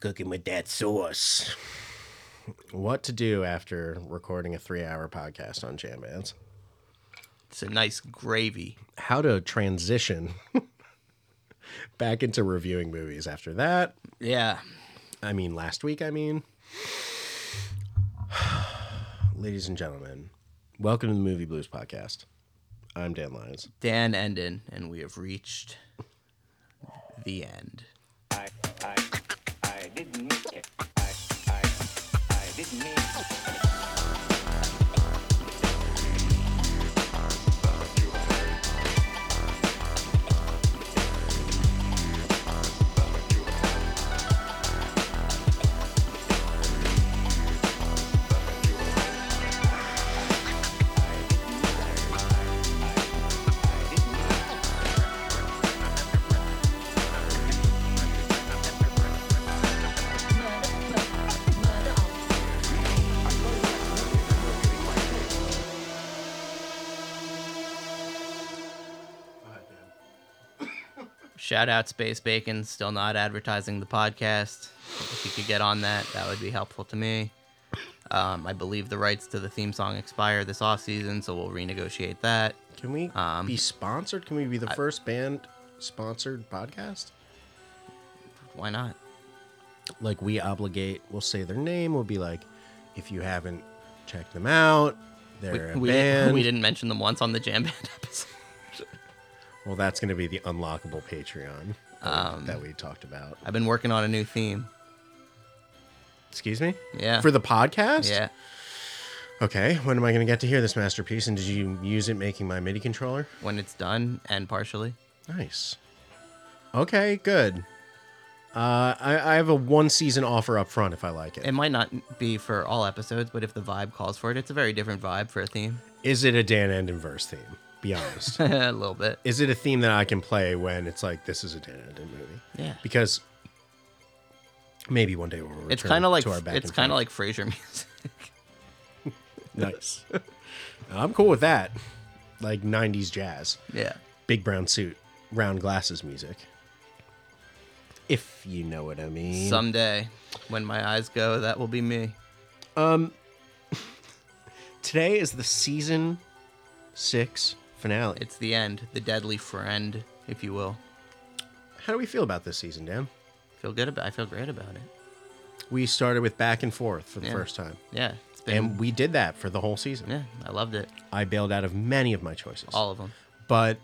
cooking with that sauce. What to do after recording a three-hour podcast on jam bands? It's a nice gravy. How to transition back into reviewing movies after that? Yeah. I mean, last week, I mean. Ladies and gentlemen, welcome to the Movie Blues Podcast. I'm Dan Lyons. Dan Enden, and we have reached the end. I, I, I didn't mean it. I, I, I didn't mean it. Shout out Space Bacon, still not advertising the podcast. If you could get on that, that would be helpful to me. Um, I believe the rights to the theme song expire this off season, so we'll renegotiate that. Can we Um, be sponsored? Can we be the first band sponsored podcast? Why not? Like, we obligate, we'll say their name, we'll be like, if you haven't checked them out, they're a We, band. didn't, we didn't mention them once on the Jam Band episode. Well, that's going to be the unlockable Patreon that Um, we- that we talked about. I've been working on a new theme. Excuse me? Yeah. For the podcast? Yeah. Okay, when am I going to get to hear this masterpiece? And did you use it making my MIDI controller? When it's done, and partially. Nice. Okay, good. Uh, I, I have a one season offer up front if I like It it. might not be for all episodes, but if the vibe calls for it, it's a very different vibe for a theme. Is it a Dan Endenverse theme? Be honest. a little bit. is it a theme that I can play when it's like this is a Dan Enden movie? Yeah. Because maybe one day we'll return It's kind of like to our back it's and kind of forth. like Frasier music. nice. I'm cool with that. Like 90s jazz, yeah. big brown suit, round glasses music. If you know what I mean. Someday, when my eyes go, that will be me. Today is the season six finale. It's the end, the deadly friend, if you will. How do we feel about this season, Dan? Feel good about. I feel great about it. We started with back and forth for the Yeah. first time, Yeah. It's been. and we did that for the whole season. yeah, I loved it. I bailed out of many of my choices, All of them. but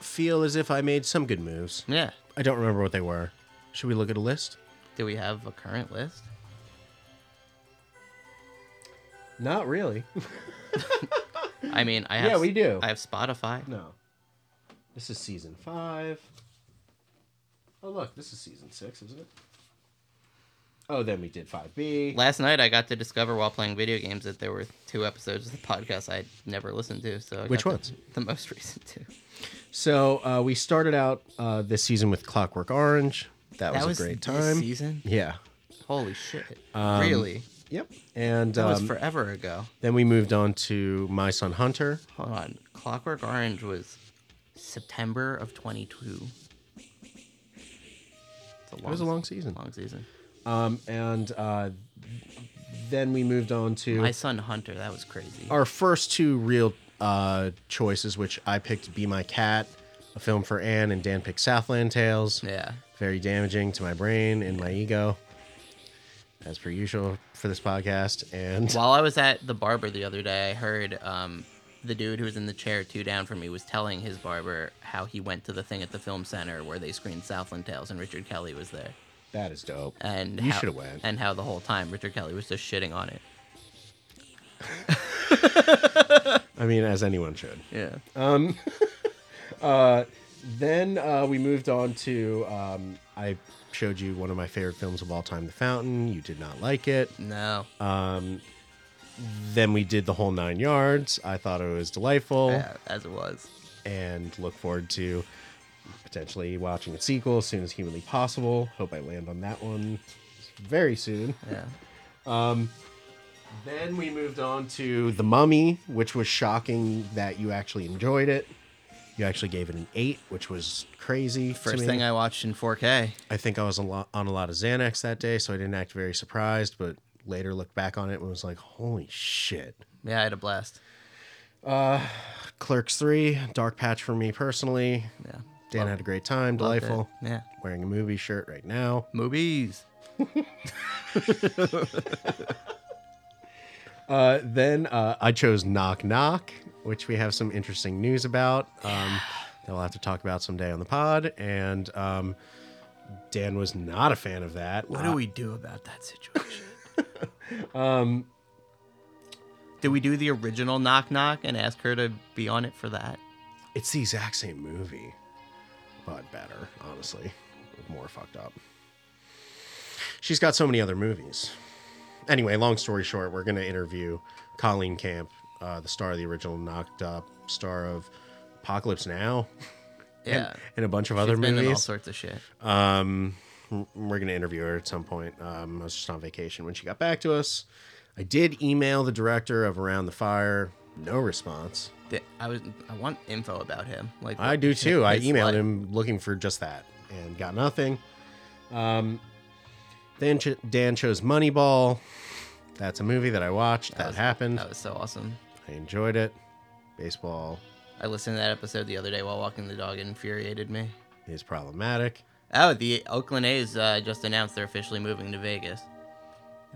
feel as if I made some good moves. Yeah. I don't remember what they were. Should we look at a list? Do we have a current list? Not really. I mean, I have. Yeah, we do. I have Spotify. no. This is season five. Oh look, this is season six, isn't it? Oh, then we did five B. Last night, I got to discover while playing video games that there were two episodes of the podcast I never listened to. So I Which got ones? The, the most recent two. So uh, we started out uh, this season with Clockwork Orange. That, was, a great this time. season. Yeah. Holy shit! really? Yep. And That was um, forever ago. then we moved on to My Son Hunter. Hold on. Clockwork Orange was September of 22. It's a long, It was a long season. long season. Um, and uh, then we moved on to My son Hunter, that was crazy. our first two real uh, choices, which I picked Be My Cat, a film for Anne, and Dan picked Southland Tales. yeah. Very damaging to my brain and my ego, as per usual for this podcast. And While I was at the barber the other day, I heard um, the dude who was in the chair two down from me was telling his barber how he went to the thing at the film center where they screened Southland Tales and Richard Kelly was there. that is dope. And you how- should have went. And how the whole time Richard Kelly was just shitting on it. I mean, as anyone should. Yeah. Then uh, we moved on to um, I showed you one of my favorite films of all time, The Fountain. You did not like it. No. Oh. Then we did the whole nine yards. I thought it was delightful, yeah, as it was. and look forward to potentially watching a sequel as soon as humanly possible. Hope I land on that one very soon. Yeah. Then we moved on to The Mummy, which was shocking that you actually enjoyed it. You actually gave it an eight, which was crazy. to First me. thing I watched in 4K. I think I was a lot, on a lot of Xanax that day, so I didn't act very surprised. But later looked back on it and was like, "Holy shit!" Yeah, I had a blast. Clerks Three, dark patch for me personally. Yeah. Dan had a great time, Loved it. delightful. Yeah. Wearing a movie shirt right now. Movies. Uh, then uh, I chose Knock Knock, which we have some interesting news about um, that we'll have to talk about someday on the pod. And um, Dan was not a fan of that. What Uh, do we do about that situation? um, did we do the original knock knock and ask her to be on it for that? It's the exact same movie, but better, honestly. More fucked up. She's got so many other movies. Anyway, long story short, we're going to interview Colleen Camp, uh, the star of the original Knocked Up, star of Apocalypse Now, Yeah. and a bunch of She's other been in all movies. sorts of shit. Um, m- we're gonna interview her at some point. Um, I was just on vacation when she got back to us. I did email the director of Around the Fire. No response. Th- I was I want info about him. Like I do too. I his emailed life. him looking for just that and got nothing. Um, then ch- Dan chose Moneyball. That's a movie that I watched. That, was- happened. That was so awesome. I enjoyed it. Baseball I listened to that episode the other day while walking the dog. It infuriated me. is problematic. Oh, the Oakland A's uh, just announced they're officially moving to Vegas.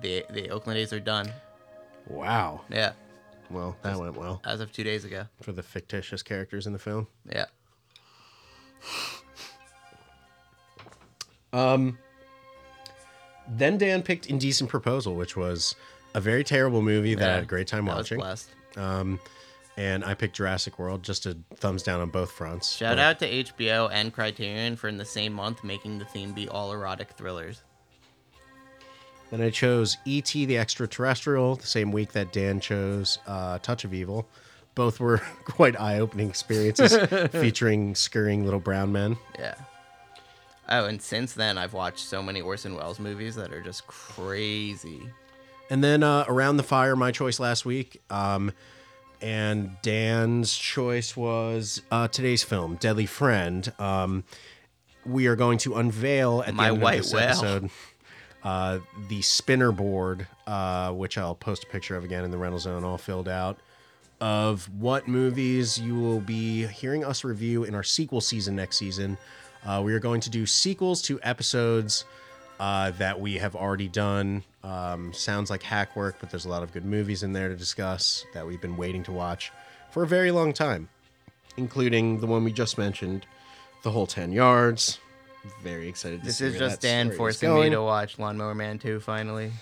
The the Oakland A's are done. Wow. Yeah, Well, that went well as of two days ago. for the fictitious characters in the film. Yeah. Then Dan picked Indecent Proposal, which was a very terrible movie that I had a great time that watching. Was blessed. Um, and I picked Jurassic World, just a thumbs down on both fronts. Shout But out to HBO and Criterion for in the same month making the theme be all erotic thrillers. Then I chose E.T. the Extraterrestrial, the same week that Dan chose uh, Touch of Evil. Both were quite eye opening experiences featuring scurrying little brown men. Yeah. Oh, and since then I've watched so many Orson Welles movies that are just crazy. And then uh, Around the Fire, my choice last week. Um, and Dan's choice was uh, today's film, Deadly Friend. Um, we are going to unveil at the My end white of this whale. episode uh, the spinner board, uh, which I'll post a picture of again in the rental zone, all filled out, of what movies you will be hearing us review in our sequel season next season. Uh, we are going to do sequels to episodes uh, that we have already done. Um, sounds like hack work, but there's a lot of good movies in there to discuss that we've been waiting to watch for a very long time, including the one we just mentioned, The Whole 10 Yards. Very excited to This see is where just that Dan story is forcing me going. to watch Lawnmower Man 2 finally.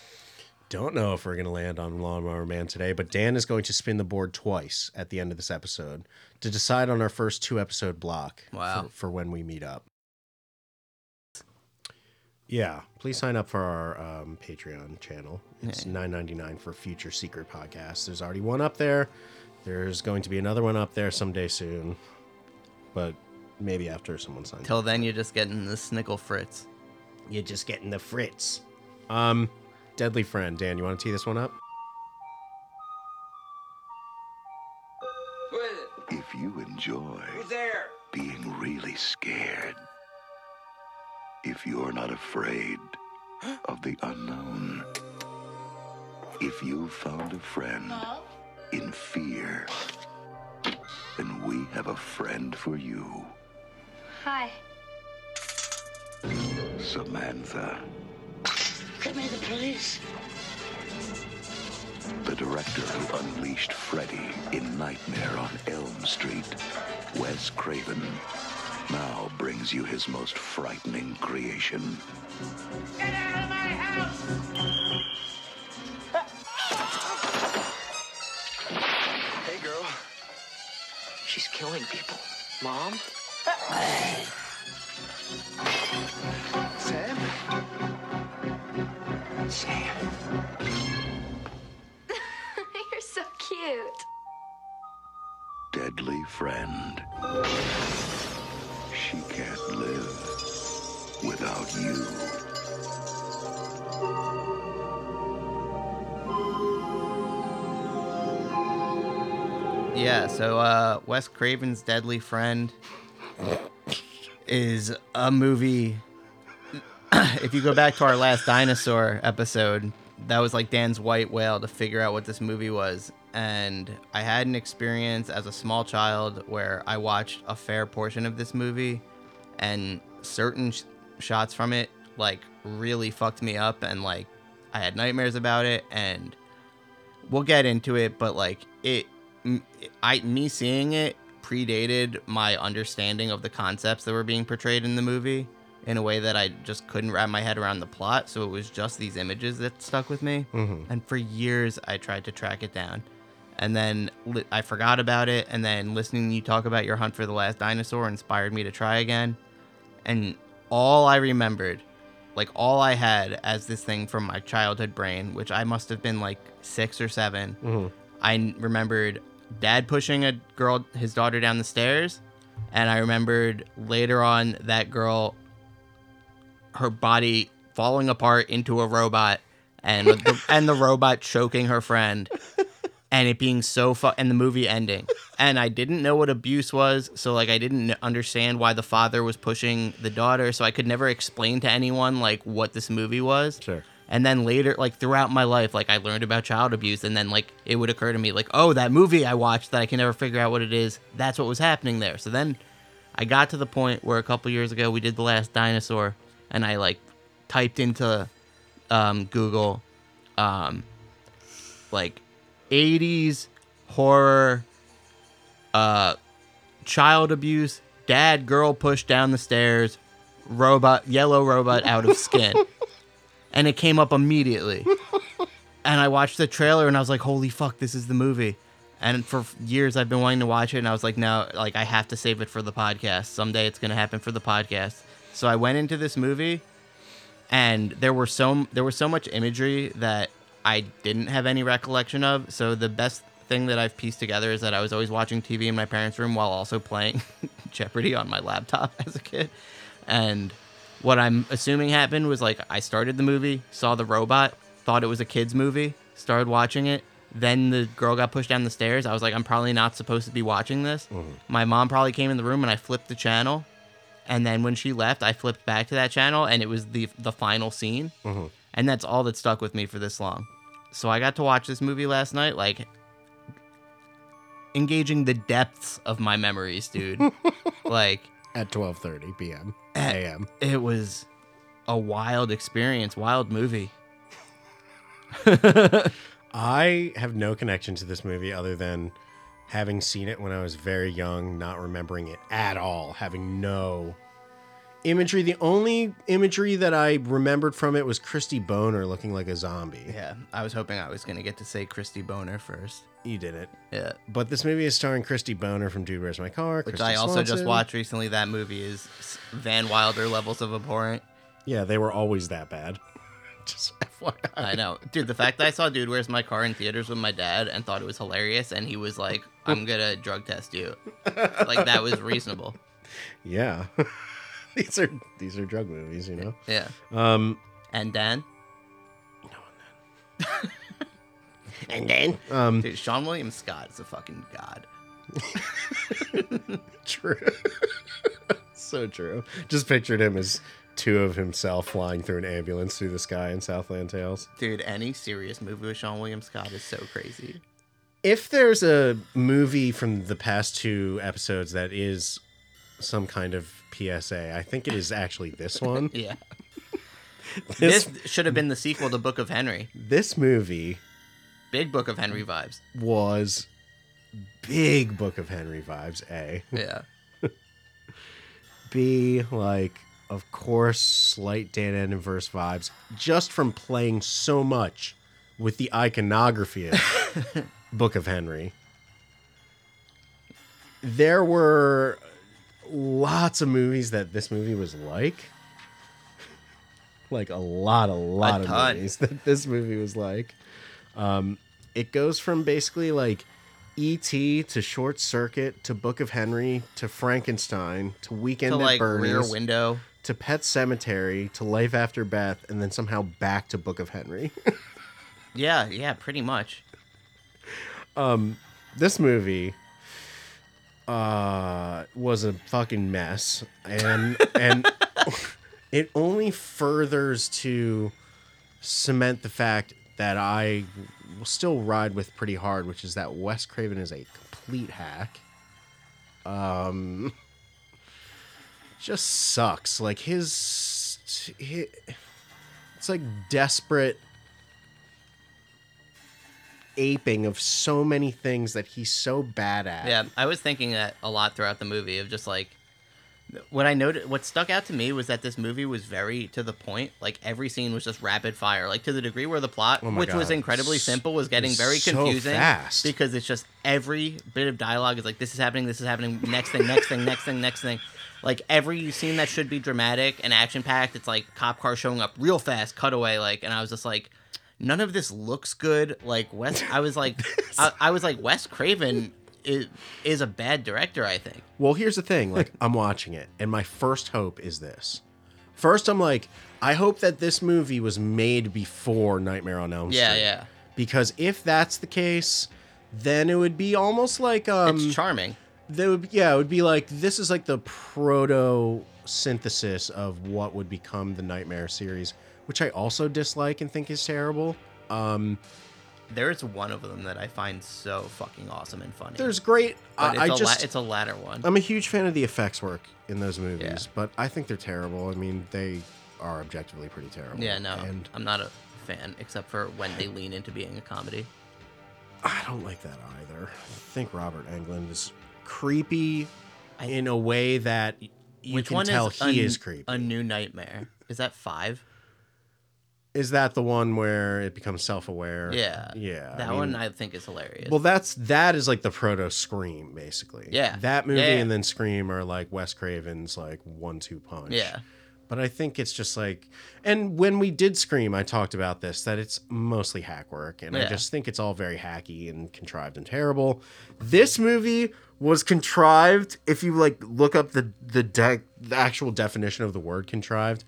Don't know if we're going to land on Lawnmower Man today, but Dan is going to spin the board twice at the end of this episode to decide on our first two episode block Wow. for, for when we meet up. Yeah, please sign up for our um, Patreon channel. It's Yeah. nine ninety nine for future secret podcasts. There's already one up there. There's going to be another one up there someday soon, but maybe after someone signs up. Till then, you're just getting the Snickle Fritz. You're just getting the fritz. Um, Deadly Friend, Dan, you want to tee this one up? Who is it? If you enjoy Who's there? being really scared, if you're not afraid of the unknown, if you've found a friend in fear, then we have a friend for you, Hi. Samantha, Get me the police. the director who unleashed Freddy in Nightmare on Elm Street. Wes Craven now brings you his most frightening creation. Get out of my house! Hey, girl. She's killing people. Mom? Sam? Sam. You're so cute. deadly friend. She can't live without you. Yeah, yeah, so uh, Wes Craven's Deadly Friend is a movie. if you go back to our last dinosaur episode, that was like Dan's white whale to figure out what this movie was. And I had an experience as a small child where I watched a fair portion of this movie, and certain sh- shots from it like really fucked me up, and like I had nightmares about it, and we'll get into it, but like it, m- I me seeing it predated my understanding of the concepts that were being portrayed in the movie in a way that I just couldn't wrap my head around the plot. So it was just these images that stuck with me, and for years I tried to track it down, and then li- I forgot about it, and then listening to you talk about your hunt for the last dinosaur inspired me to try again, and all I remembered like all I had as this thing from my childhood brain, which I must have been like six or 7 I n- remembered dad pushing a girl, his daughter, down the stairs, and I remembered later on that girl, her body falling apart into a robot, and with the, and the robot choking her friend, and it being so fu- and the movie ending. And I didn't know what abuse was, so like I didn't kn- understand why the father was pushing the daughter, so I could never explain to anyone like what this movie was. Sure. And then later, like throughout my life, like I learned about child abuse, and then like it would occur to me, like, oh, that movie I watched that I can never figure out what it is. That's what was happening there. So then, I got to the point where a couple years ago we did the last dinosaur, and I like typed into um, Google, um, like, '80s horror, uh, child abuse, dad girl pushed down the stairs, robot yellow robot out of skin. and it came up immediately. and I watched the trailer and I was like, holy fuck, this is the movie. And for f- years I've been wanting to watch it and I was like, no, like I have to save it for the podcast. Someday it's going to happen for the podcast. So I went into this movie and there were so there was so much imagery that I didn't have any recollection of. So the best thing that I've pieced together is that I was always watching TV in my parents' room while also playing Jeopardy on my laptop as a kid. And what I'm assuming happened was like I started the movie, saw the robot, thought it was a kids movie, started watching it. Then the girl got pushed down the stairs. I was like, I'm probably not supposed to be watching this. My mom probably came in the room and I flipped the channel. And then when she left, I flipped back to that channel and it was the the final scene. Mm-hmm. And that's all that stuck with me for this long. So I got to watch this movie last night, like engaging the depths of my memories, dude. like At 12:30 p.m. a.m. it was a wild experience, wild movie. I have no connection to this movie other than having seen it when I was very young, not remembering it at all, having no imagery. The only imagery that I remembered from it was Christy Boner looking like a zombie. Yeah, I was hoping I was gonna get to say Christy Boner first. You did it. Yeah, But this movie is starring Christy Boner from Dude Where's My Car, which Christy I also just Swanson. watched recently. That movie is s- Van Wilder levels of abhorrent. Yeah, they were always that bad. just FYI. I know, dude. The fact that I saw Dude Where's My Car in theaters with my dad and thought it was hilarious, and he was like, "I'm gonna drug test you," like that was reasonable. Yeah. these are these are drug movies, you know. Yeah. Um And Dan, And then um dude, Sean William Scott is a fucking god. True. so true. Just pictured him as two of himself flying through an ambulance through the sky in Southland Tales. Dude, any serious movie with Sean William Scott is so crazy. If there's a movie from the past two episodes that is some kind of PSA, I think it is actually this one. Yeah. this, This should have been the sequel to Book of Henry. this movie Big Book of Henry vibes. was big Book of Henry vibes, A. Yeah. B, like, of course, slight Dan Enverse vibes, just from playing so much with the iconography of Book of Henry. There were lots of movies that this movie was like. Like a lot, a lot of ton. movies that this movie was like. Um, it goes from basically like E.T. E to Short Circuit to Book of Henry to Frankenstein to Weekend to at like Rear Bernie's Window. to Pet Cemetery to Life After Beth and then somehow back to Book of Henry. Yeah, yeah, pretty much. this movie uh, was a fucking mess, and and it only furthers to cement the fact that I will still ride with pretty hard, which is that Wes Craven is a complete hack. Um, just sucks. Like his, hi it's like desperate aping of so many things that he's so bad at. Yeah, I was thinking that a lot throughout the movie of just like what I noted what stuck out to me was that this movie was very to the point. Like every scene was just rapid fire. Like to the degree where the plot, Oh my which was God. incredibly S- simple, was getting it's very so confusing fast. because it's just every bit of dialogue is like this is happening, this is happening, next thing, next thing, next thing, next thing. Like every scene that should be dramatic and action packed, it's like cop car showing up real fast, cutaway, like and I was just like None of this looks good. Like Wes, I was like, I, I was like Wes Craven is, is a bad director. I think. Well, here's the thing. Like, I'm watching it, and my first hope is this. First, I'm like, I hope that this movie was made before Nightmare on Elm Yeah, Street. yeah. Because if that's the case, then it would be almost like um, it's charming. they would, yeah, it would be like this is like the proto synthesis of what would become the Nightmare series, which I also dislike and think is terrible. Um, There is one of them that I find so fucking awesome and funny. there's great. but it's I, I a la- just it's a latter one. I'm a huge fan of the effects work in those movies, but I think they're terrible. I mean, they are objectively pretty terrible. yeah, no, and I'm not a fan except for when they lean into being a comedy. I don't like that either. I think Robert Englund is creepy I- in a way that y- you Which can one tell is he a, is creepy. A new nightmare. Is that five? is that the one where it becomes self-aware? Yeah, yeah. I That mean, one I think is hilarious. Well, that's that is like the proto Scream, basically. Yeah. That movie Yeah, yeah. and then Scream are like Wes Craven's like one-two punch. yeah, But I think it's just like, and when we did Scream, I talked about this that it's mostly hack work, and I Yeah. just think it's all very hacky and contrived and terrible. This movie was contrived. If you like look up the the, de- the actual definition of the word contrived,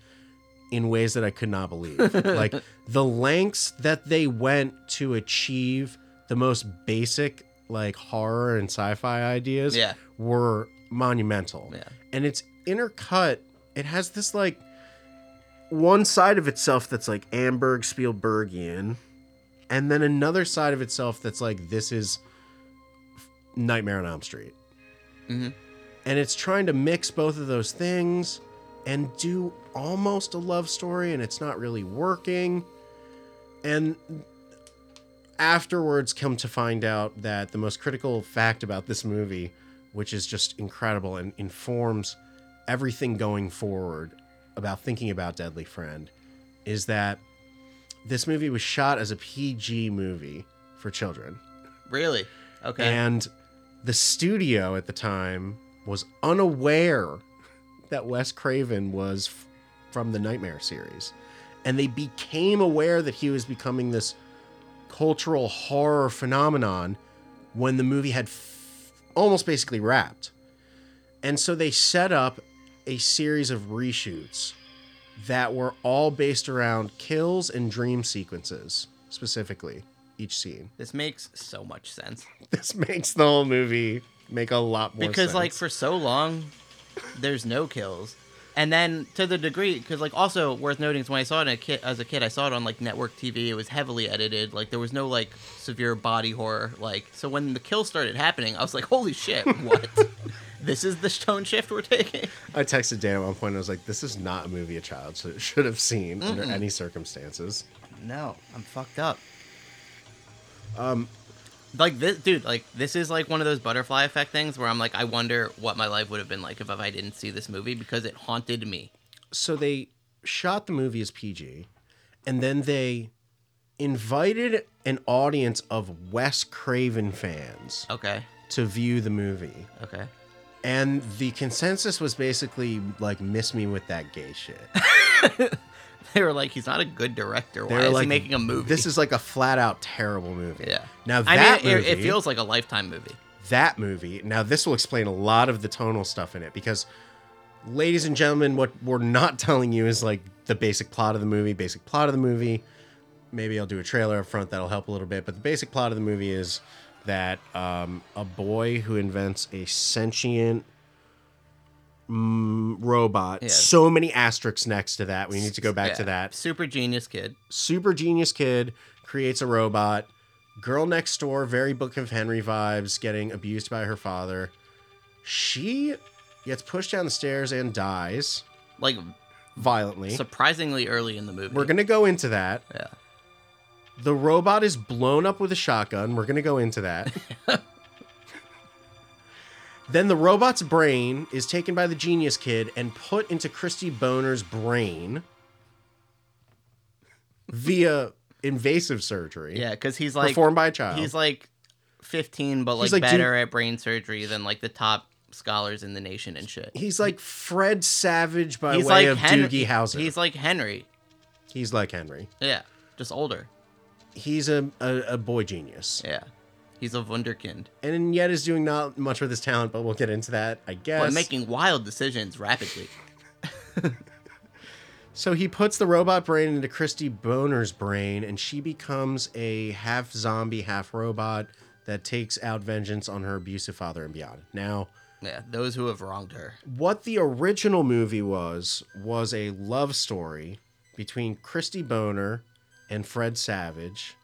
in ways that I could not believe, like the lengths that they went to achieve the most basic like horror and sci-fi ideas Yeah. were monumental. Yeah. And it's intercut. It has this like one side of itself that's like Amberg Spielbergian, and then another side of itself that's like this is Nightmare on Elm Street. Mhm. And it's trying to mix both of those things and do almost a love story, and it's not really working. And afterwards come to find out that the most critical fact about this movie, which is just incredible and informs everything going forward about thinking about Deadly Friend, is that this movie was shot as a PG movie for children. really? Okay. And the studio at the time was unaware that Wes Craven was f- from the Nightmare series. And they became aware that he was becoming this cultural horror phenomenon when the movie had f- almost basically wrapped. And so they set up a series of reshoots that were all based around kills and dream sequences, specifically, each scene this makes so much sense this makes the whole movie make a lot more because sense. like for so long, there's no kills. And then to the degree, because like also worth noting is when I saw it in a kid, as a kid, I saw it on like network TV. It was heavily edited. Like there was no like severe body horror. Like so when the kill started happening, I was like, holy shit, what? this is the tone shift we're taking. I texted Dan at one point, I was like, "This is not a movie a child should- should have seen under any circumstances." No, I'm fucked up. Um, like this, dude. Like this is like one of those butterfly effect things where I'm like, I wonder what my life would have been like if, if I didn't see this movie because it haunted me. So they shot the movie as PG, and then they invited an audience of Wes Craven fans Okay. to view the movie, Okay. and the consensus was basically like, "Miss me with that gay shit." They were like, he's not a good director. Why They were is like he making a movie? This is like a flat out terrible movie. yeah. Now I that mean, it- it, movie- feels like a lifetime movie. that movie. Now, this will explain a lot of the tonal stuff in it because, ladies and gentlemen, what we're not telling you is like the basic plot of the movie, basic plot of the movie. Maybe I'll do a trailer up front that'll help a little bit, but the basic plot of the movie is that um, a boy who invents a sentient mm, robot, Yeah. so many asterisks next to that. We need to go back to Yeah. that. Super genius kid. Super genius kid creates a robot. Girl next door, very Book of Henry vibes, getting abused by her father. She gets pushed down the stairs and dies Like violently. surprisingly early in the movie. We're going to go into that. Yeah. The robot is blown up with a shotgun. We're going to go into that. then the robot's brain is taken by the genius kid and put into Christy Boner's brain via invasive surgery Yeah, because he's like performed by a child. he's like 15, but like, He's like, dude- better at brain surgery than like the top scholars in the nation and shit. He's like Fred Savage by he's way like of Henry. Doogie Howser. He's like Henry. he's like Henry. Yeah, just older. He's a, a, a boy genius. Yeah, he's a wunderkind, And yet is doing not much with his talent, but we'll get into that, I guess. but making wild decisions rapidly. So he puts the robot brain into Christy Boner's brain, and she becomes a half zombie, half robot that takes out vengeance on her abusive father and beyond. Now, Yeah, those who have wronged her. what the original movie was, was a love story between Christy Boner and Fred Savage.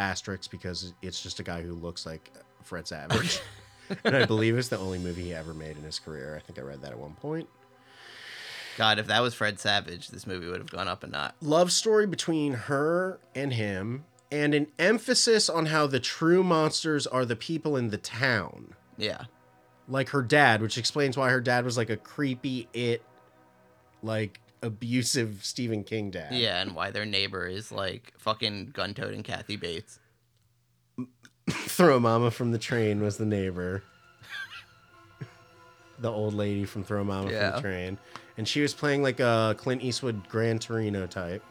Asterix, because it's just a guy who looks like Fred Savage. and I believe it's the only movie he ever made in his career. I think I read that at one point. God, if that was Fred Savage, this movie would have gone up a notch. love story between her and him, and an emphasis on how the true monsters are the people in the town, Yeah, like her dad, which explains why her dad was like a creepy it, like abusive Stephen King dad. yeah, and why their neighbor is like fucking gun-toting Kathy Bates. Throw Mama from the train was the neighbor. the old lady from Throw Mama from Yeah. the train, and she was playing like a Clint Eastwood Gran Torino type,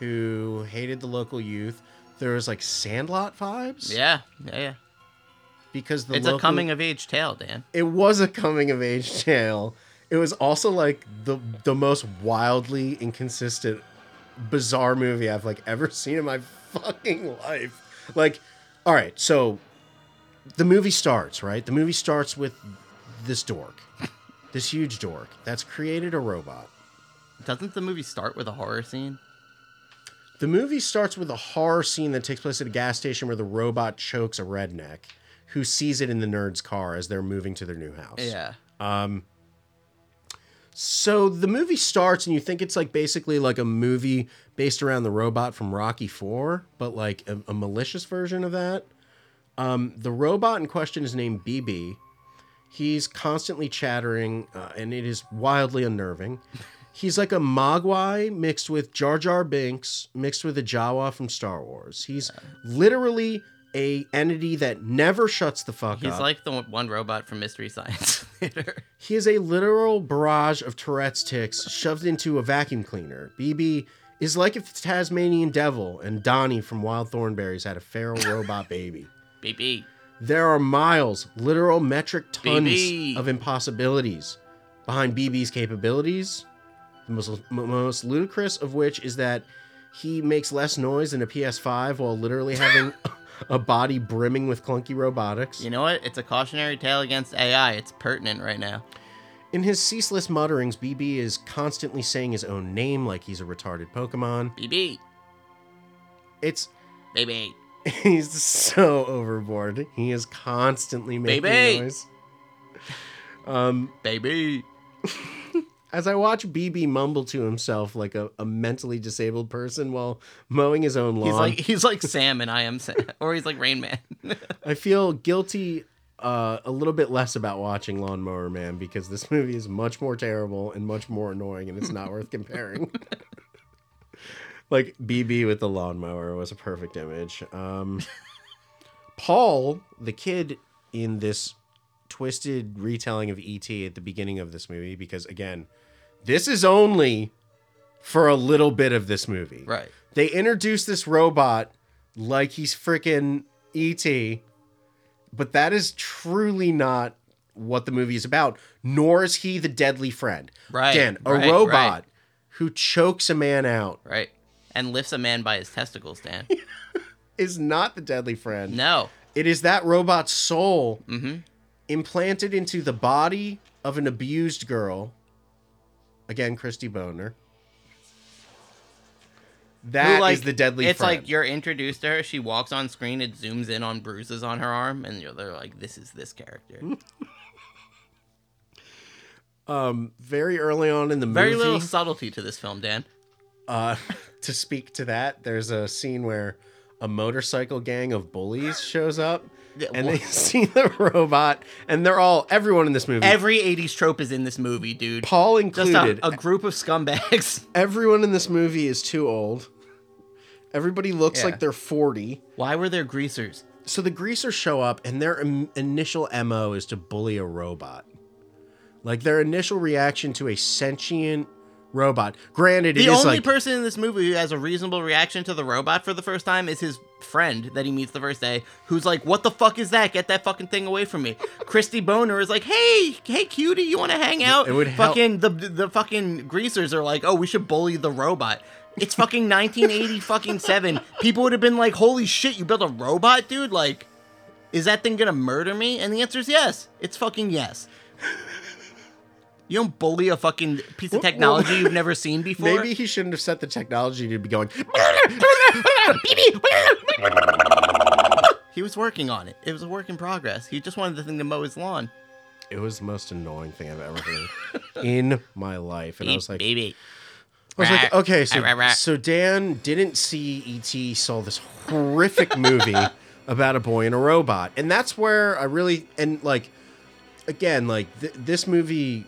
who hated the local youth. There was like Sandlot vibes. Yeah, yeah, yeah. because the It's local, a coming-of-age tale, Dan. it was a coming of age tale. It was also like the the most wildly inconsistent, bizarre movie I've like ever seen in my fucking life. Like, all right, so the movie starts right. The movie starts with this dork, this huge dork that's created a robot. Doesn't the movie start with a horror scene? The movie starts with a horror scene that takes place at a gas station where the robot chokes a redneck who sees it in the nerd's car as they're moving to their new house. Yeah, So the movie starts, and you think it's like basically like a movie based around the robot from Rocky Four, but like a, a malicious version of that. Um, the robot in question is named BB. He's constantly chattering, uh, and it is wildly unnerving. He's like a Mogwai mixed with Jar Jar Binks, mixed with a Jawa from Star Wars. He's literally a entity that never shuts the fuck he's up. like the one- one robot from Mystery Science Theater. He is a literal barrage of Tourette's ticks shoved into a vacuum cleaner. BB is like if the Tasmanian devil and Donnie from Wild Thornberries had a feral robot baby. BB. There are miles, literal metric tons BB. of impossibilities behind BB's capabilities. The most, m- most ludicrous of which is that he makes less noise than a PS5 while literally having a body brimming with clunky robotics. You know what? It's a cautionary tale against AI. It's pertinent right now. In his ceaseless mutterings, BB is constantly saying his own name like he's a retarded Pokemon. BB, It's baby. he's so overboard. He is constantly making BB. noise. Um, baby. as I watch BB mumble to himself like a, a mentally disabled person while mowing his own lawn, He's like he's like Sam and I am Sam, or he's like Rain Man. I feel guilty uh, a little bit less about watching Lawnmower Man because this movie is much more terrible and much more annoying, and it's not worth comparing. like BB with the lawnmower was a perfect image. Um, Paul, the kid in this twisted retelling of ET at the beginning of this movie, because again, this is only for a little bit of this movie. right. They introduce this robot like he's freaking ET, but that is truly not what the movie is about, nor is he the deadly friend. Right, Again, a right, right. robot who chokes a man out Right. And lifts a man by his testicles, Dan. is not the deadly friend. No. It is that robot's soul Mm-hmm. implanted into the body of an abused girl. Again, Christy Boner. That is the deadly It's friend. like you're introduced to her. She walks on screen. It zooms in on bruises on her arm, and you're they're like, "This is this character." um, very early on in the movie. Very little subtlety to this film, Dan. Uh, to speak to that, there's a scene where a motorcycle gang of bullies shows up, Yeah, and well- they see the robot, and they're all everyone in this movie, Every '80s trope is in this movie, dude. Paul Just uh, included. a, a group of scumbags. everyone in this movie is too old. Everybody looks Yeah. like they're forty. Why were there greasers? So the greasers show up, and their im- initial mo is to bully a robot. Like their initial reaction to a sentient robot. Granted, The it is only like person in this movie who has a reasonable reaction to the robot for the first time is his friend that he meets the first day, who's like, "What the fuck is that? Get that fucking thing away from me!" Christy Boner is like, "Hey, hey, cutie, you want to hang out?" It would help- fucking the the fucking greasers are like, "Oh, we should bully the robot." It's fucking 1980 fucking seven. People would have been like, "Holy shit, you built a robot, dude!" Like, is that thing gonna murder me? And the answer is yes. It's fucking yes. You don't bully a fucking piece of Well- technology you've never seen before. maybe he shouldn't have set the technology to be going. He was working on it. It was a work in progress. He just wanted the thing to mow his lawn. It was the most annoying thing I've ever heard in my life, and I was like, I baby. was like, Rah. okay, so Rah, rah, rah. so Dan didn't see ET, saw this horrific movie about a boy and a robot, and that's where I really and like again, like th- this movie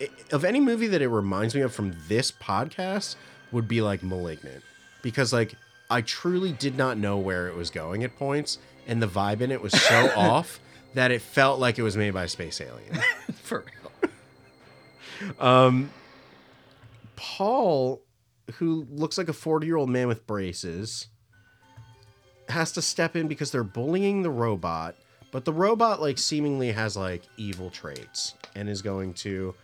i of any movie that it reminds me of from this podcast would be like Malignant, because like I truly did not know where it was going at points, and the vibe in it was so off that it felt like it was made by a space alien. For real. Um, Paul, who looks like a 40 year old man with braces, has to step in because they're bullying the robot, but the robot, like, seemingly has, like, evil traits and is going to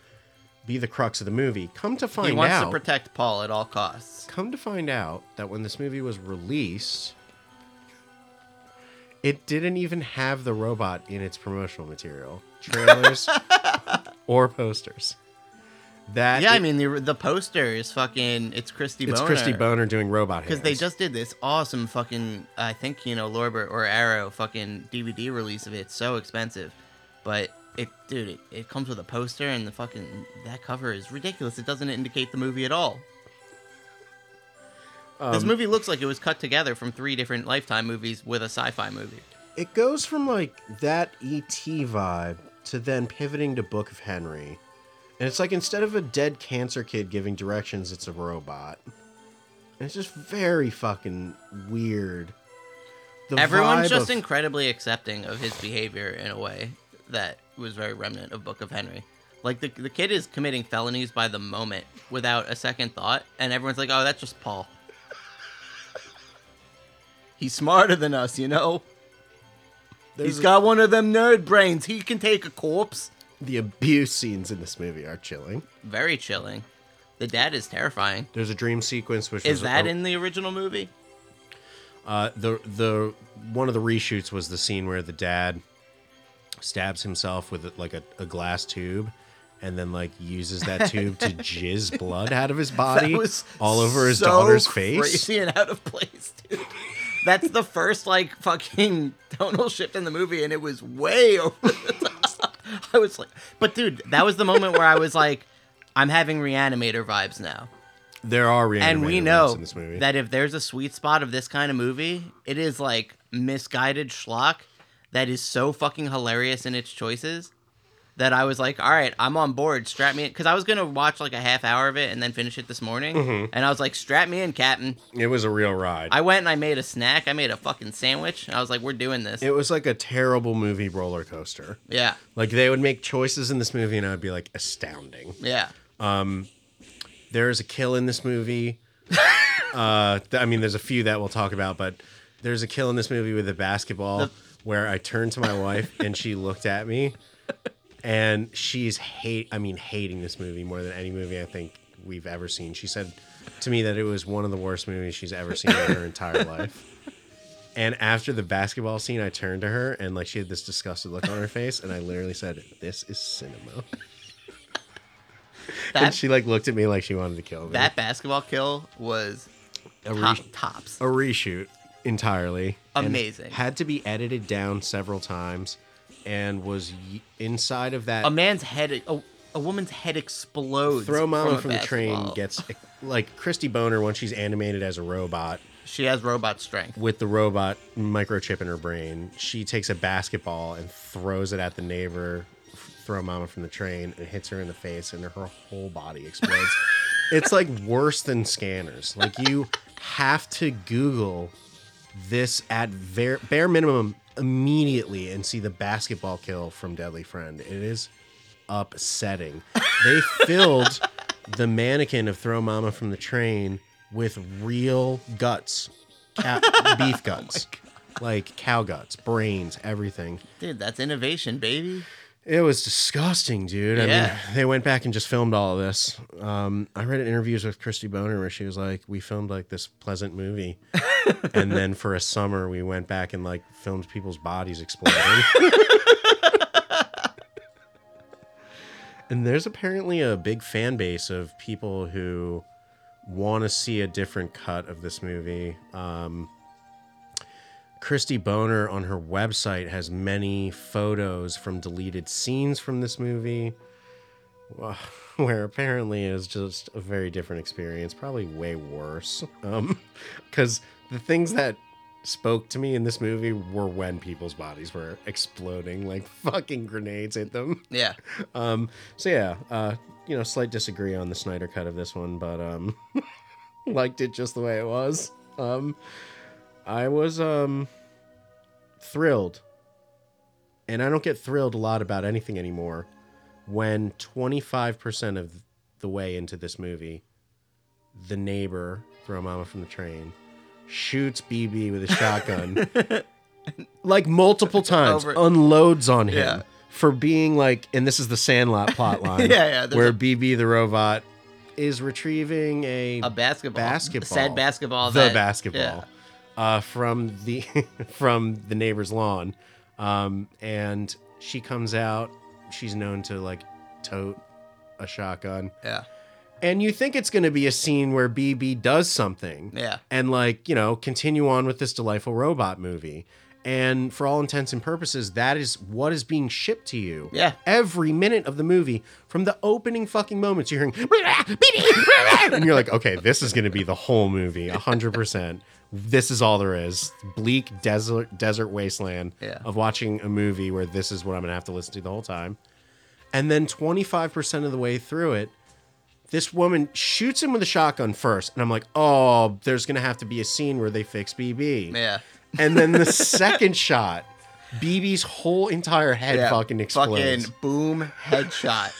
be the crux of the movie. Come to find He wants out. to protect Paul at all costs. Come to find out that when this movie was released, it didn't even have the robot in its promotional material, trailers, or posters. That yeah, I mean the the poster is fucking. It's Christy. it's Boner. Christy Boner doing robot Because they just did this awesome fucking, I think, you know, Lorber or Arrow fucking DVD release of it. It's so expensive. But it, dude, it, it comes with a poster and the fucking, that cover is ridiculous. It doesn't indicate the movie at all. this movie looks like it was cut together from three different Lifetime movies with a sci fi movie. it goes from like that ET vibe to then pivoting to Book of Henry, and it's like instead of a dead cancer kid giving directions, it's a robot, and it's just very fucking weird. The Everyone's vibe just of- incredibly accepting of his behavior in a way that was very remnant of Book of Henry. Like the the kid is committing felonies by the moment without a second thought, and everyone's like, "Oh, that's just Paul. He's smarter than us, you know. there's He's got one of them nerd brains. He can take a corpse." the abuse scenes in this movie are chilling. Very chilling. The dad is terrifying. There's a dream sequence which Is was that a- in the original movie? Uh, the the one of the reshoots was the scene where the dad stabs himself with like a, a glass tube, and then like uses that tube to jizz blood out of his That body was all over his so daughter's face. Crazy and out of place, dude. That's the first like fucking tonal shift in the movie, and it was way over the top. I was like, but dude, that was the moment where I was like, I'm having reanimator vibes now. There are reanimated And we know in this movie. that if there's a sweet spot of this kind of movie, it is like misguided schlock that is so fucking hilarious in its choices that I was like, all right, I'm on board. Strap me in. Because I was going to watch like a half hour of it and then finish it this morning. Mm-hmm. And I was like, strap me in, Captain. it was a real ride. I went and I made a snack. I made a fucking sandwich. And I was like, we're doing this. it was like a terrible movie roller coaster. yeah. Like they would make choices in this movie, and I'd be like astounding. Yeah. there's a kill in this movie. uh, th- I mean, there's a few that we'll talk about, but there's a kill in this movie with a basketball where I turned to my wife and she looked at me, and she's hate. I mean, hating this movie more than any movie I think we've ever seen. She said to me that it was one of the worst movies she's ever seen in her entire life. And after the basketball scene, I turned to her and like she had this disgusted look on her face, and I literally said, "This is cinema." and That- she like looked at me like she wanted to kill me. That basketball kill was a, top, re- tops. a reshoot entirely. and Amazing. had to be edited down several times, and was y- inside of that. A man's head, a, a woman's head explodes. Throw Mama a from, the train basketball. gets like Christy Boner when she's animated as a robot She has robot strength. with the robot microchip in her brain. She takes a basketball and throws it at the neighbor, throw Mama from the train, and hits her in the face, and her whole body explodes. it's like worse than scanners. Like you have to Google this at ver- bare minimum immediately and see the basketball kill from Deadly Friend. It is upsetting. They filled the mannequin of Throw Mama from the train with real guts, cow- beef guts, like cow guts, brains, everything. Dude, that's innovation, baby. It was disgusting, dude. Yeah. I mean, they went back and just filmed all of this. Um, I read interviews with Christy Boner where she was like, "We filmed like this pleasant movie, and then for a summer we went back and like filmed people's bodies exploding." and there's apparently a big fan base of people who want to see a different cut of this movie. Um, Christy Boner on her website has many photos from deleted scenes from this movie, wh- where apparently it was just a very different experience, probably way worse. Because the things that spoke to me in this movie were when people's bodies were exploding, like fucking grenades hit them. Yeah. Um, so yeah, uh, you know, slight disagree on the Snyder cut of this one, but um, liked it just the way it was. Um, I was um thrilled, and I don't get thrilled a lot about anything anymore. When twenty five percent of the way into this movie, the neighbor throw mama from the train shoots BB with a shotgun like multiple times, Over- unloads on him Yeah. for being like, and this is the Sandlot plot line. Yeah, yeah, there's Where a- BB the robot is retrieving a, A basketball. Basketball. Said basketball. the that- basketball uh, from the from the neighbor's lawn, um, and she comes out. She's known to like tote a shotgun, Yeah. and you think it's going to be a scene where BB does something, Yeah. and like you know continue on with this delightful robot movie and for all intents and purposes that is what is being shipped to you Yeah. every minute of the movie from the opening fucking moments you're hearing "Blah, blah, blah, blah," and you're like okay this is going to be the whole movie 100% this is all there is bleak desert desert wasteland Yeah. of watching a movie where this is what i'm going to have to listen to the whole time and then 25% of the way through it this woman shoots him with a shotgun first and i'm like oh there's gonna have to be a scene where they fix bb Yeah. and then the second shot bb's whole entire head yeah. fucking explodes Fucking boom headshot.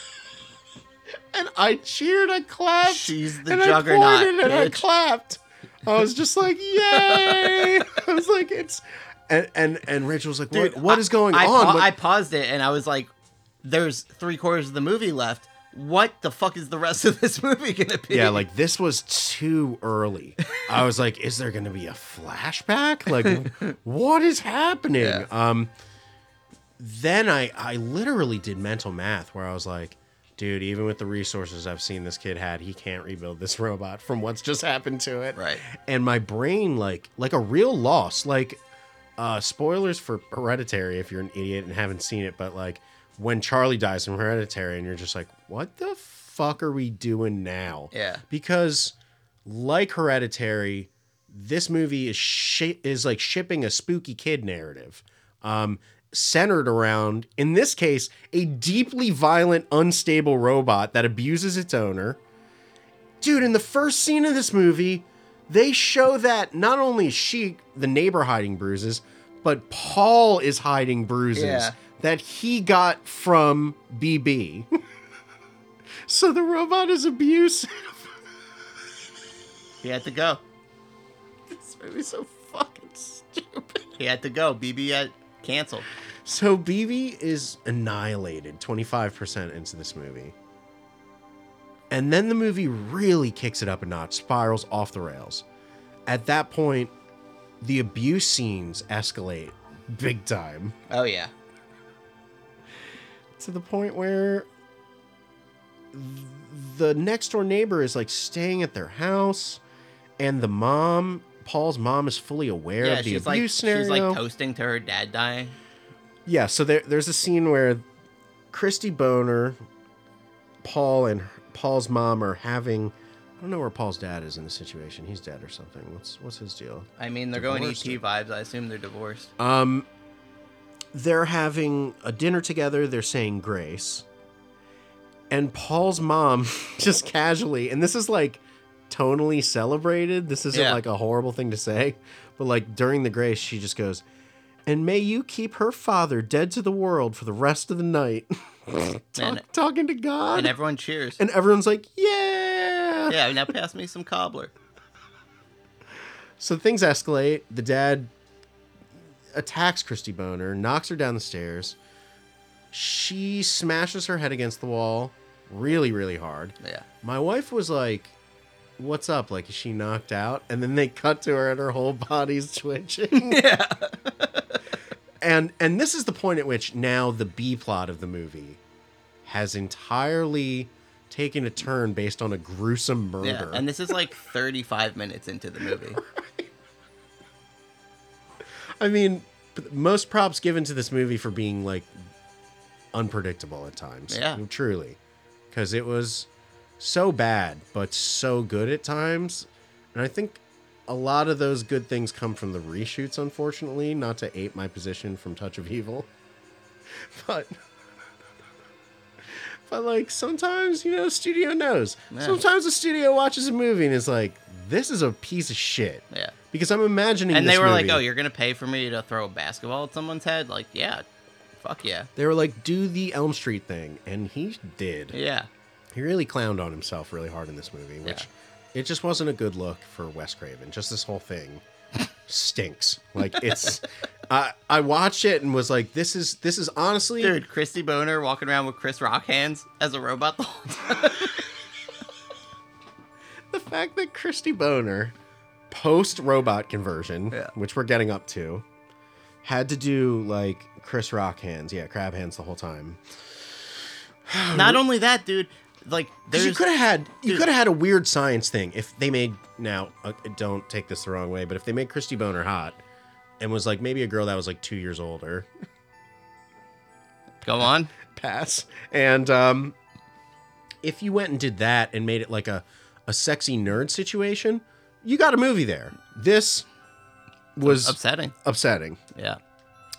and i cheered i clapped She's the and juggernaut, i pointed and i bitch. clapped i was just like yay i was like it's and and, and rachel was like Dude, what, what I- is going I on pa- What- I paused it and I was like, "There's three quarters of the movie left. What the fuck is the rest of this movie gonna be?" Yeah, like this was too early. I was like, is there going to be a flashback? Like, what is happening? Yeah. Um, then I, I literally did mental math where I was like, dude, even with the resources I've seen this kid had, he can't rebuild this robot from what's just happened to it. Right. And my brain, like, like a real loss, like, uh, spoilers for Hereditary if you're an idiot and haven't seen it, but like when Charlie dies from Hereditary, and you're just like, what the fuck are we doing now? Yeah. because like hereditary this movie is shi- is like shipping a spooky kid narrative um centered around in this case a deeply violent unstable robot that abuses its owner dude in the first scene of this movie they show that not only is she the neighbor hiding bruises but paul is hiding bruises Yeah. that he got from bb so the robot is abusive He had to go. This movie's so fucking stupid. He had to go. BB had canceled. So BB is annihilated 25% into this movie. And then the movie really kicks it up a notch, spirals off the rails. At that point, the abuse scenes escalate big time Oh yeah. to the point where th- the next door neighbor is like staying at their house and the mom paul's mom is fully aware Yeah, of the abuse she's like scenario she's like toasting to her dad dying. yeah so there, there's a scene where christy boner paul and paul's mom are having i don't know where paul's dad is in the situation he's dead or something what's what's his deal I mean, they're Divorced. going ET vibes. I assume they're divorced. Um, they're having a dinner together. They're saying grace, and Paul's mom just casually, and this is like tonally celebrated. This isn't Yeah. like a horrible thing to say, but like during the grace, she just goes, "And may you keep her father dead to the world for the rest of the night." Talk, And- talking to God, and and, everyone cheers. everyone's like, "Yeah." yeah, now pass me some cobbler. So things escalate. The dad attacks Christy Boner, knocks her down the stairs. She smashes her head against the wall really, really hard. Yeah. My wife was like, What's up? Like, is she knocked out? And then they cut to her and her whole body's twitching. Yeah. and and this is the point at which now the B plot of the movie has entirely taken a turn based on a gruesome murder. Yeah. And this is like 35 minutes into the movie. I mean, p- most props given to this movie for being like unpredictable at times. Yeah. truly, because it was so bad but so good at times, and I think a lot of those good things come from the reshoots. Unfortunately, not to ape my position from Touch of Evil, but. But like sometimes, you know, studio knows. Yeah. Sometimes the studio watches a movie and is like, "This is a piece of shit." Yeah. Because I'm imagining, And they this were like, movie- "Oh, you're gonna pay for me to throw a basketball at someone's head?" Like, yeah, fuck yeah, They were like, do the Elm Street thing. And he did. yeah, He really clowned on himself really hard in this movie, which it just wasn't a good look for Wes Craven. Just this whole thing stinks. Like it's I I watched it and was like, this is this is honestly dude. Christy Boner walking around with Chris Rock hands as a robot the whole time. the fact that Christy Boner post robot conversion, Yeah. which we're getting up to, had to do like Chris Rock hands, yeah, crab hands the whole time. Not only that, dude. Like, 'Cause there's you could have had you dude. could have had a weird science thing if they made now uh, don't take this the wrong way, but if they made Christy Boner hot and was like maybe a girl that was like two years older, go on. pass. And um, if you went and did that and made it like a a sexy nerd situation, you got a movie there. This was Upsetting. upsetting. Yeah,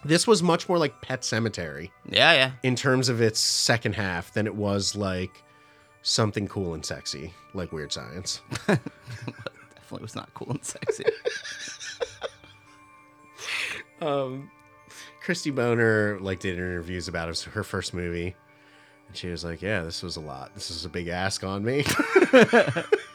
This was much more like Pet Cemetery yeah, yeah. in terms of its second half than it was like something cool and sexy, like Weird Science. Definitely was not cool and sexy. um, Christy Boner like did interviews about it, her first movie, and she was like, "Yeah, this was a lot. This is a big ask on me."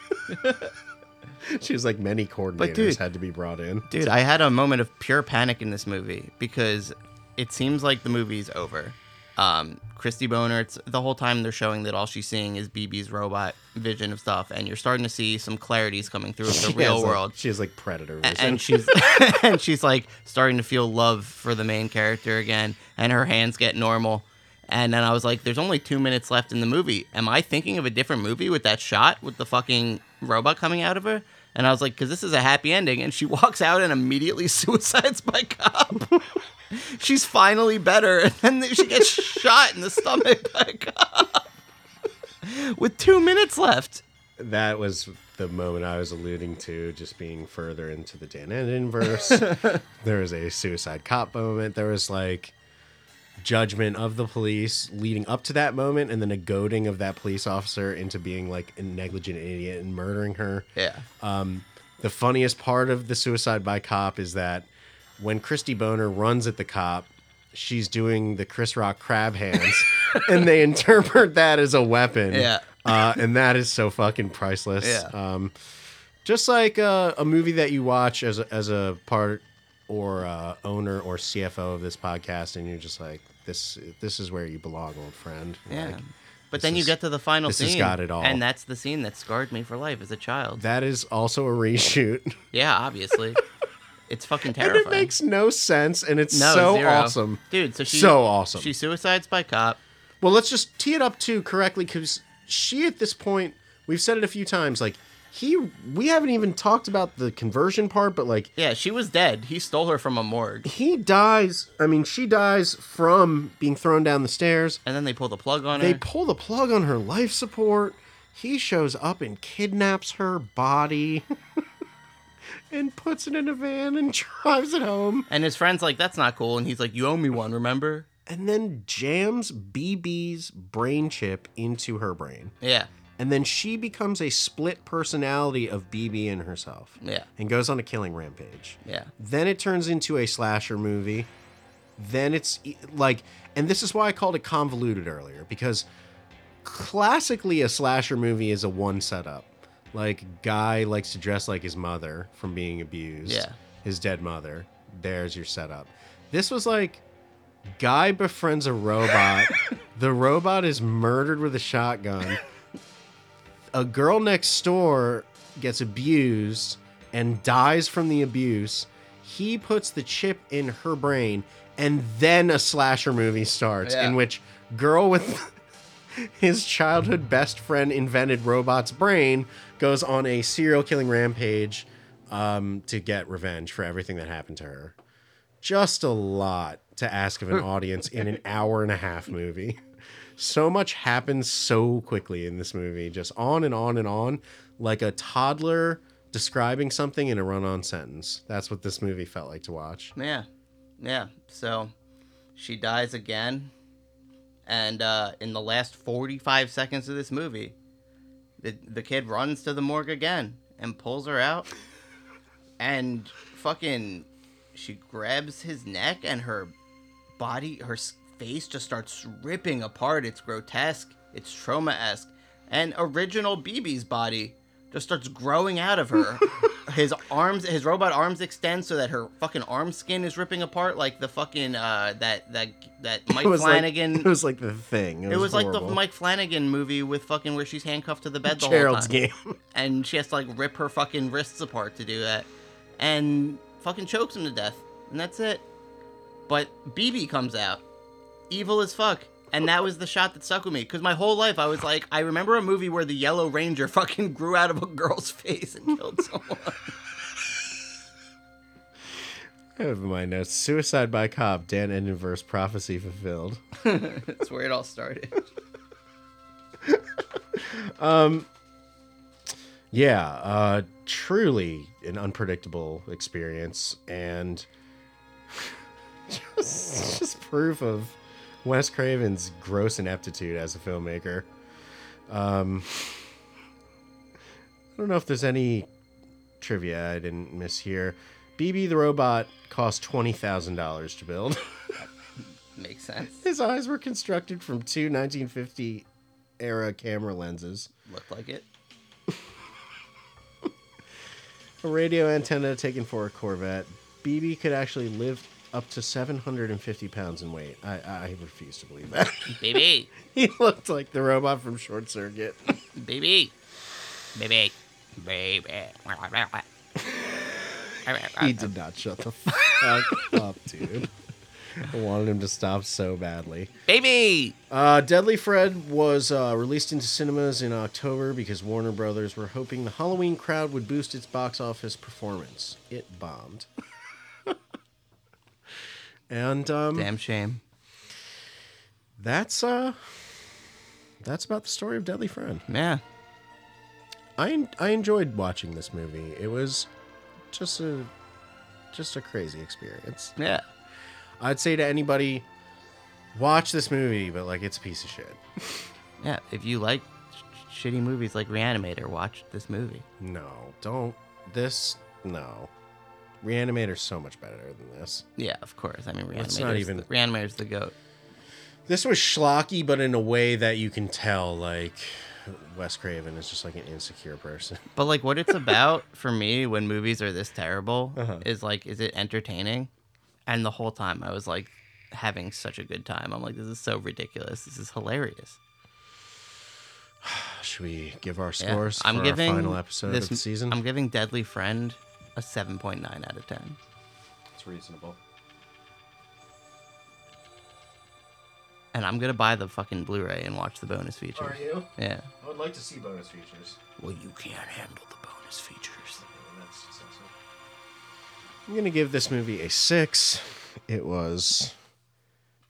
she was like, "Many coordinators dude- had to be brought in." Dude, I had a moment of pure panic in this movie because it seems like the movie's over. Um, Christy Boner, it's the whole time they're showing that all she's seeing is BB's robot vision of stuff, and you're starting to see some clarities coming through of the She real has, like- world. she has like predator A- vision. and she's and she's like starting to feel love for the main character again and her hands get normal and then i was like there's only two minutes left in the movie am i thinking of a different movie with that shot with the fucking robot coming out of her and i was like because this is a happy ending and she walks out and immediately suicides by cop she's finally better and then she gets shot in the stomach by a cop with two minutes left that was the moment I was alluding to, just being further into the Dan Eden verse. there was a suicide cop moment. There was like judgment of the police leading up to that moment, and then a goading of that police officer into being like a negligent idiot and murdering her. yeah The funniest part of the suicide by cop is that when Christy Boner runs at the cop, she's doing the Chris Rock crab hands, and they interpret that as a weapon. Yeah. Uh, and that is so fucking priceless. Yeah. Um, just like uh, a movie that you watch as a, as a part or uh, owner or CFO of this podcast, and you're just like, this this is where you belong, old friend. Yeah. Like, but this then you is- get to the final this scene. has got it all. And that's the scene that scarred me for life as a child. that is also a reshoot. yeah, obviously. It's fucking And terrifying. it makes no sense, and it's no, so zero. awesome. dude. So she So awesome. She suicides by cop. Well, let's just tee it up too correctly because she, at this point, we've said it a few times. Like he, we haven't even talked about the conversion part, but like Yeah, she was dead. He stole her from a morgue, he dies. I mean, she dies from being thrown down the stairs. and then they pull the plug on They her. pull the plug on her life support. He shows up and kidnaps her body and puts it in a van and drives it home. and his friend's like, "That's not cool," and he's like, "You owe me one, remember?" And then jams BB's brain chip into her brain. Yeah, And then she becomes a split personality of BB and herself yeah, and goes on a killing rampage. yeah. Then it turns into a slasher movie. Then it's e- like, and this is why I called it convoluted earlier because classically a slasher movie is a one setup. Like, guy likes to dress like his mother from being abused. Yeah. His dead mother. There's your setup. This was like, guy befriends a robot. the robot is murdered with a shotgun. a girl next door gets abused and dies from the abuse. He puts the chip in her brain, and then a slasher movie starts Yeah. in which girl with his childhood best friend invented robot's brain goes on a serial killing rampage um, to get revenge for everything that happened to her. Just a lot to ask of an audience in an hour and a half movie so much happens so quickly in this movie, just on and on and on, like a toddler describing something in a run-on sentence. That's what this movie felt like to watch. Yeah. Yeah. So she dies again. And uh, in the last 45 seconds of this movie, the, the kid runs to the morgue again and pulls her out. And fucking, she grabs his neck and her body, her s- face just starts ripping apart. It's grotesque, it's trauma esque. And original BB's body just starts growing out of her. his arms, his robot arms extend so that her fucking arm skin is ripping apart, like the fucking uh, that that that Mike It was Flanagan. Like, it was like the thing. It was, it was like the horrible. Mike Flanagan movie with fucking where she's handcuffed to the bed the Gerald's whole time, game. and she has to like rip her fucking wrists apart to do that, and fucking chokes him to death, and that's it. But BB comes out, evil as fuck, and that was the shot that stuck with me because my whole life I was like, I remember a movie where the Yellow Ranger fucking grew out of a girl's face and killed someone. I have in my notes: suicide by cop, Dan and inverse prophecy fulfilled. that's where it all started. Yeah, uh, truly an unpredictable experience and just, just proof of Wes Craven's gross ineptitude as a filmmaker. Um, I don't know if there's any trivia I didn't miss here. BB the robot cost $20,000 to build. Makes sense. His eyes were constructed from two 1950 era camera lenses. Looked like it. a radio antenna taken for a Corvette. BB could actually lift up to 750 pounds in weight. I, I refuse to believe that. BB, he looked like the robot from Short Circuit. BB, BB, BB. he did not shut the fuck up, dude. I wanted him to stop so badly. Baby! Uh, Deadly Fred was uh, released into cinemas in October because Warner Brothers were hoping the Halloween crowd would boost its box office performance. It bombed. and um, Damn shame. that's uh that's about the story of deadly friend Yeah. i i enjoyed watching this movie it was just a just a crazy experience Yeah. i'd say to anybody watch this movie but like it's a piece of shit Yeah. If you like sh- shitty movies like Reanimator, watch this movie. no don't this no reanimator's so much better than this Yeah, of course. I mean, Let's Reanimator's, not even- the, Reanimator's the goat. this was schlocky but in a way that you can tell like wes craven is just like an insecure person But, like, what it's about for me when movies are this terrible Uh-huh. is, like, is it entertaining? And the whole time I was, like, having such a good time. I'm like, this is so ridiculous. This is hilarious. should we give our Yeah. scores I'm for giving our final episode this, of the season I'm giving Deadly Friend a 7.9 out of 10. It's reasonable. And I'm gonna buy the fucking Blu-ray and watch the bonus features. Are you? Yeah. I would like to see bonus features. Uh, Well, you can't handle the bonus features. I'm gonna give this movie a six. It was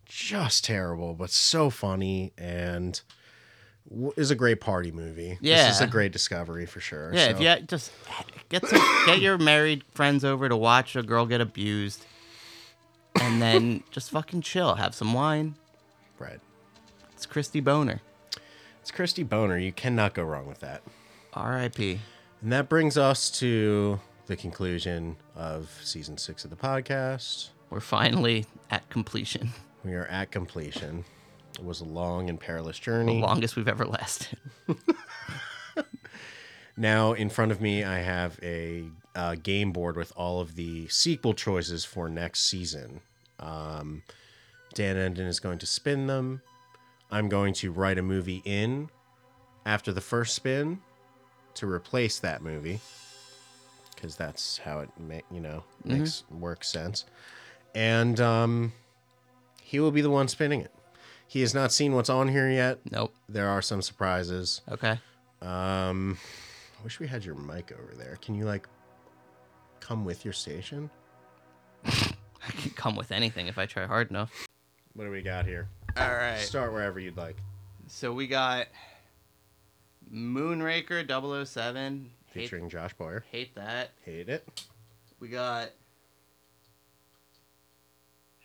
just terrible, but so funny and w- is a great party movie. this is a Yeah. great discovery for sure. Yeah, so- if you just get some, get your married friends over to watch a girl get abused, and then just fucking chill, have some wine. right. It's Christy Boner. It's Christy Boner. You cannot go wrong with that. R.I.P. And that brings us to the conclusion of season six of the podcast. We're finally at completion, We are at completion. It was a long and perilous the journey. longest we've ever lasted. Now, in front of me, I have a uh, game board with all of the sequel choices for next season. Um, Dan Enden is going to spin them. I'm going to write a movie in after the first spin to replace that movie because that's how it ma- you know makes work sense. And um, he will be the one spinning it. He has not seen what's on here yet. Nope. There are some surprises. Okay. Um, I wish we had your mic over there. Can you like come with your station? I can come with anything if I try hard enough. What do we got here? All right. Start wherever you'd like. So we got Moonraker 007. Hate, Featuring Josh Boyer. hate that. Hate it. We got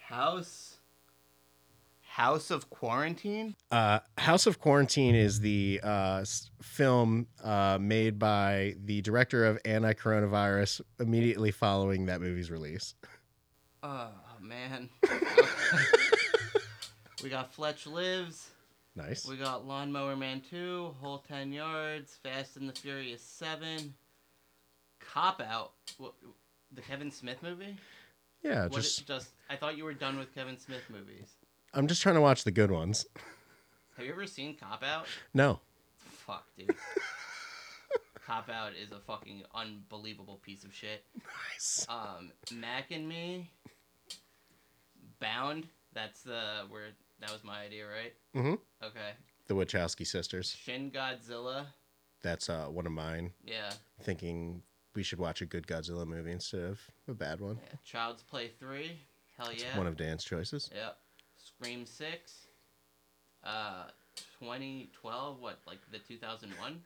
House House of Quarantine. Uh, House of Quarantine is the uh, s- film uh, made by the director of Anti Coronavirus immediately following that movie's release. Oh man. we got Fletch Lives. Nice. We got Lawnmower Man 2, Whole 10 Yards, Fast and the Furious 7, Cop Out. What, the Kevin Smith movie? Yeah, What just it- just I thought you were done with Kevin Smith movies. I'm just trying to watch the good ones. Have you ever seen Cop Out? No, Fuck, dude. Cop Out is a fucking unbelievable piece of shit. nice. Um, Mac and Me, Bound. That's the where that was my idea, right? Mhm. Okay. The Wachowski sisters. Shin Godzilla. That's uh, one of mine. Yeah. thinking we should watch a good Godzilla movie instead of a bad one. yeah. Child's Play Three. Hell It's yeah. one of Dan's choices. yeah. Scream Six. Uh, 2012. What like the 2001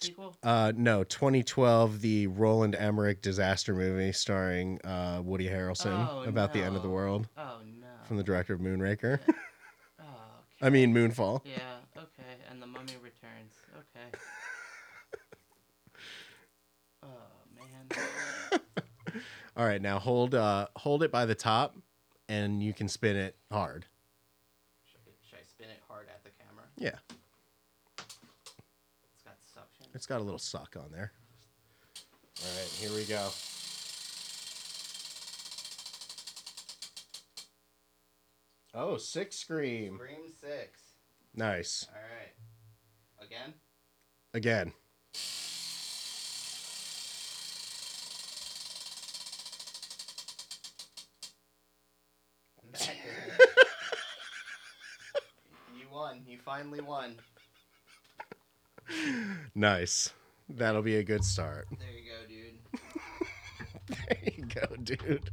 sequel? Uh, no, 2012, the Roland Emmerich disaster movie starring uh, Woody Harrelson Oh, about the end of the no. world Oh no. from the director of Moonraker. Oh, I mean, Moonfall. Yeah, okay. And the mummy returns. Okay. oh, man. All right, now hold uh, hold it by the top, and you can spin it hard. Should, should I spin it hard at the camera? Yeah, It's got suction. it's got a little suck on there. All right, here we go. Oh, six scream. Scream 6. Nice. All right. Again? Again. you won. You finally won. Nice. That'll be a good start. There you go, dude. There you go, dude.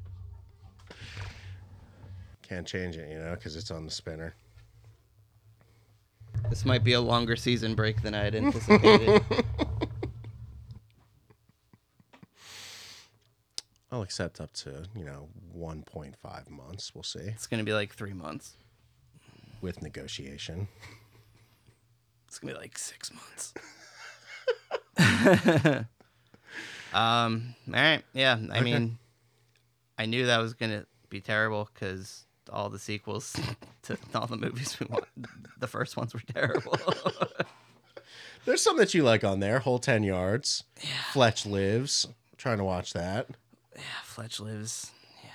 Can't change it, you know, because it's on the spinner. This might be a longer season break than I had anticipated. I'll accept up to, you know, 1.5 months. We'll see. it's going to be like three months. With negotiation. It's gonna be like six months. um. All right. Yeah. I mean, I knew that was gonna be terrible because all the sequels to all the movies we want, the first ones were terrible. There's some that you like on there. Whole 10 yards. Fletch lives. trying to watch that. yeah. Fletch lives. Yeah.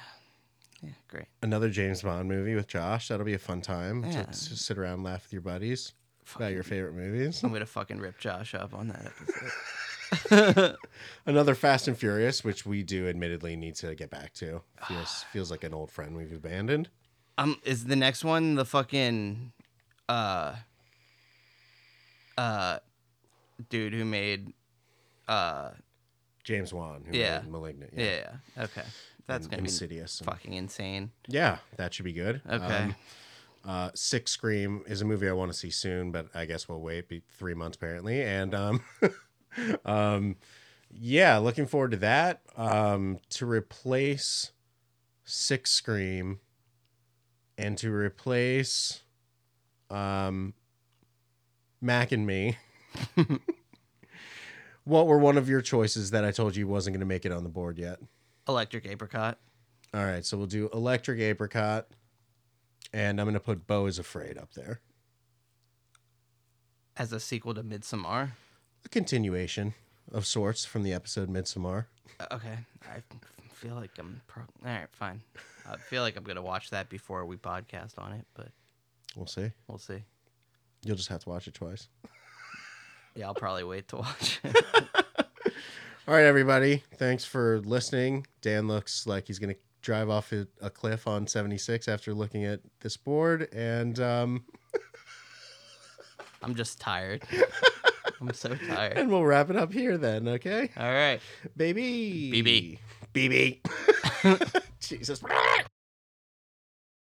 Yeah. Great. Another James Bond movie with Josh. That'll be a fun time to, Yeah. to sit around and laugh with your buddies about your favorite movies. I'm gonna fucking rip Josh up on that episode. Another Fast and Furious, which we do admittedly need to get back to. Feels feels like an old friend we've abandoned. Um, is the next one the fucking, uh, uh, dude who made, uh, James Wan, who Yeah. made Malignant. yeah, okay, that's And gonna Insidious be and- fucking insane. Yeah, that should be good. Okay, Um, uh, Six Scream is a movie I want to see soon, but I guess we'll wait be three months apparently. And um, um, yeah, looking forward to that. Um, to replace Six Scream and to replace um, Mac and me. what were one of your choices that I told you wasn't going to make it on the board yet? electric apricot. All right, so we'll do Electric Apricot, and I'm gonna put Bo is Afraid up there. as a sequel to Midsommar. A continuation of sorts from the episode Midsommar. Uh, Okay, I feel like I'm pro- all right. Fine, I feel like I'm gonna watch that before we podcast on it, but We'll see. we'll see. You'll just have to watch it twice. Yeah, I'll probably wait to watch. it. All right, everybody, thanks for listening. Dan looks like he's gonna drive off a, a cliff on 76 after looking at this board, and um, I'm just tired. I'm so tired. and we'll wrap it up here then. Okay, All right. baby. BB. BB. Jesus.